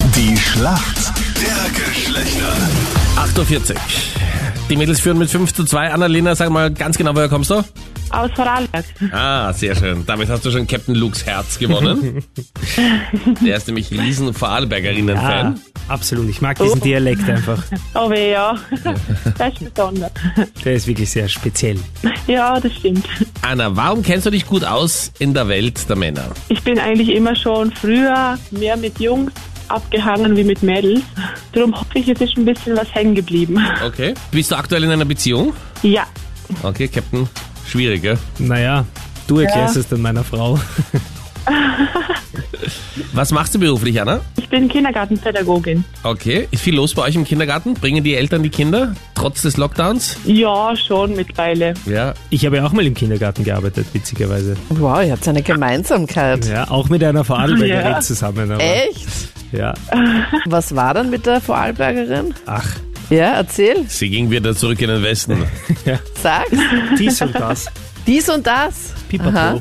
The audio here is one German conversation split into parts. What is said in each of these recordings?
Die Schlacht der Geschlechter. 48. Die Mädels führen mit 5 zu 2. Annalena, sag mal ganz genau, woher kommst du? Aus Vorarlberg. Ah, sehr schön. Damit hast du schon Captain Lukes Herz gewonnen. Der ist nämlich riesen Vorarlbergerinnen-Fan. Ah, absolut. Ich mag diesen Dialekt einfach. Oh weh, ja. Das ist besonders. Der ist wirklich sehr speziell. Ja, das stimmt. Anna, warum kennst du dich gut aus in der Welt der Männer? Ich bin eigentlich immer schon früher mehr mit Jungs abgehangen wie mit Mädels. Darum hoffe ich, es ist ein bisschen was hängen geblieben. Okay. Bist du aktuell in einer Beziehung? Ja, Okay, Captain. Schwierig, gell? Naja, du erklärst es dann meiner Frau. Was machst du beruflich, Anna? ich bin Kindergartenpädagogin. Okay. Ist viel los bei euch im Kindergarten? Bringen die Eltern die Kinder trotz des Lockdowns? Ja, schon mittlerweile. Ja. Ich habe ja auch mal im Kindergarten gearbeitet, witzigerweise. Wow, ihr habt eine Gemeinsamkeit. Ja, auch mit einer Vorarlbergerin Ja. zusammen. Aber, Echt? Ja. Was war dann mit der Vorarlbergerin? Ach, Ja, erzähl, Sie ging wieder zurück in den Westen. sag's. dies und das. Dies und das. Pipapo.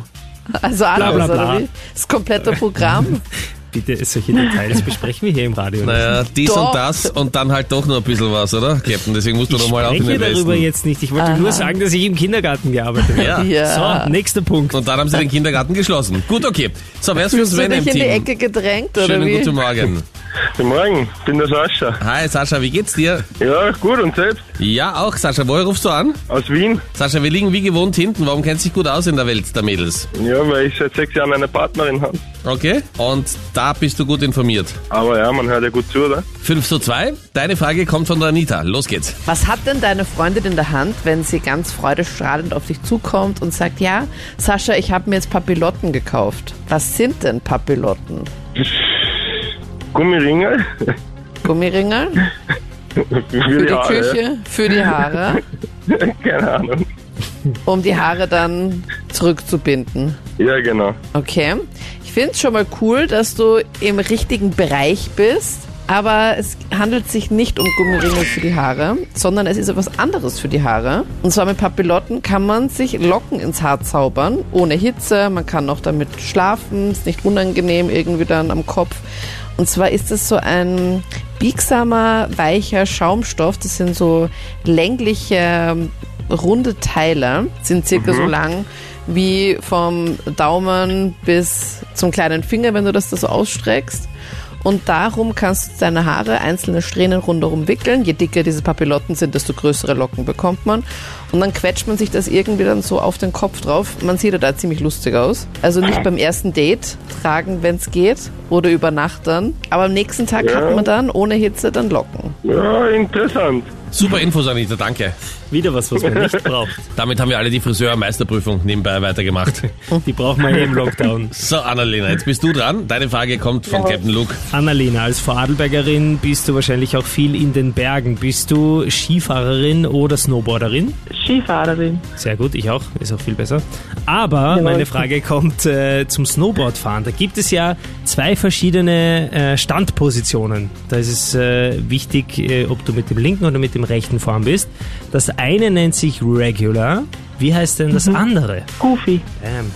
Also alles, bla, bla. oder wie? Das komplette Programm. Bitte, solche Details besprechen wir hier im Radio. Naja, dies Doch. und das und dann halt doch nur ein bisschen was, oder, Captain? Deswegen musst du ich doch mal auf in spreche den darüber Westen. jetzt nicht. Ich wollte nur sagen, dass ich im Kindergarten gearbeitet habe. Ja. Ja. So, nächster Punkt. Und dann haben sie den Kindergarten geschlossen. Gut, okay. So, wer ist für Fühlst du Sven im dich in die Team? Ecke gedrängt, oder Schönen wie? guten Morgen. Guten Morgen, bin der Sascha. Hi Sascha, wie geht's dir? Ja, gut und selbst? Ja, auch Sascha, woher rufst du an? Aus Wien? Sascha, wir liegen wie gewohnt hinten. Warum kennst du dich gut aus in der Welt der Mädels? Ja, weil ich seit sechs Jahren eine Partnerin habe. Okay? Und da bist du gut informiert. Aber ja, man hört ja gut zu, oder? 5 zu 2, deine Frage kommt von der Anita. Los geht's. Was hat denn deine Freundin in der Hand, wenn sie ganz freudestrahlend auf dich zukommt und sagt, ja, Sascha, ich habe mir jetzt Papillotten gekauft. Was sind denn Papillotten? Gummiringe? Gummiringe Für für die die Haare. Küche, für die Haare, Keine Ahnung. um die Haare dann zurückzubinden. Ja, genau. Okay. Ich finde es schon mal cool, dass du im richtigen Bereich bist, aber es handelt sich nicht um Gummiringe für die Haare, sondern es ist etwas anderes für die Haare. Und zwar mit Papillotten kann man sich Locken ins Haar zaubern, ohne Hitze. Man kann auch damit schlafen, ist nicht unangenehm irgendwie dann am Kopf. Und zwar ist es so ein biegsamer, weicher Schaumstoff. Das sind so längliche, runde Teile, sind circa so lang wie vom Daumen bis zum kleinen Finger, wenn du das da so ausstreckst. Und darum kannst du deine Haare einzelne Strähnen rundherum wickeln. Je dicker diese Papillotten sind, desto größere Locken bekommt man. Und dann quetscht man sich das irgendwie dann so auf den Kopf drauf. Man sieht ja da ziemlich lustig aus. Also nicht beim ersten Date tragen, wenn es geht, oder über Nacht dann. Aber am nächsten Tag Ja. hat man dann ohne Hitze dann Locken. Ja, interessant. Super Infos, Anita, danke. Wieder was, was man nicht braucht. Damit haben wir alle die Friseurmeisterprüfung nebenbei weitergemacht. Die braucht man hier im Lockdown. So, Annalena, jetzt bist du dran. Deine Frage kommt von Captain Luke. Annalena, als Vorarlbergerin bist du wahrscheinlich auch viel in den Bergen. Bist du Skifahrerin oder Snowboarderin? Skifahrerin. Sehr gut, ich auch, ist auch viel besser. Aber meine Frage kommt äh, zum Snowboardfahren. Da gibt es ja zwei verschiedene äh, Standpositionen. Da ist es äh, wichtig, äh, ob du mit dem linken oder mit dem rechten Fahren bist. Das eine nennt sich Regular. Wie heißt denn das andere? Ähm. Goofy. Bam.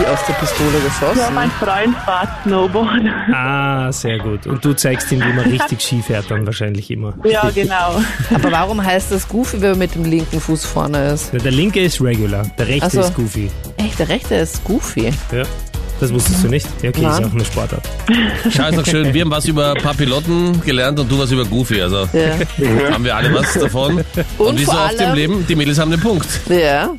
Wie aus der Pistole Ja, geschossen. mein Freund fährt Snowboard. Ah, sehr gut. Und du zeigst ihm, wie man richtig Ski fährt, dann wahrscheinlich immer. Ja, genau. Aber warum heißt das Goofy, wenn man mit dem linken Fuß vorne ist? Na, Der linke ist Regular, der rechte Ach so. ist Goofy. Echt, der rechte ist Goofy. Ja. Das wusstest du nicht? Ja, okay, ist Nein. auch eine Sportart. Schau, ist doch schön. Wir haben was über Papillotten gelernt und du was über Goofy. Also Ja. haben wir alle was davon. Und, wie so vor oft im allem- Leben, die Mädels haben den Punkt. ja.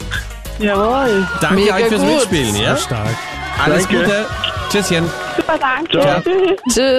Jawohl. Danke Mega euch fürs gut. Mitspielen. Ja? Stark. Alles Danke. Gute. Tschüsschen. Super, danke. Ciao. Tschüss. Tschüss.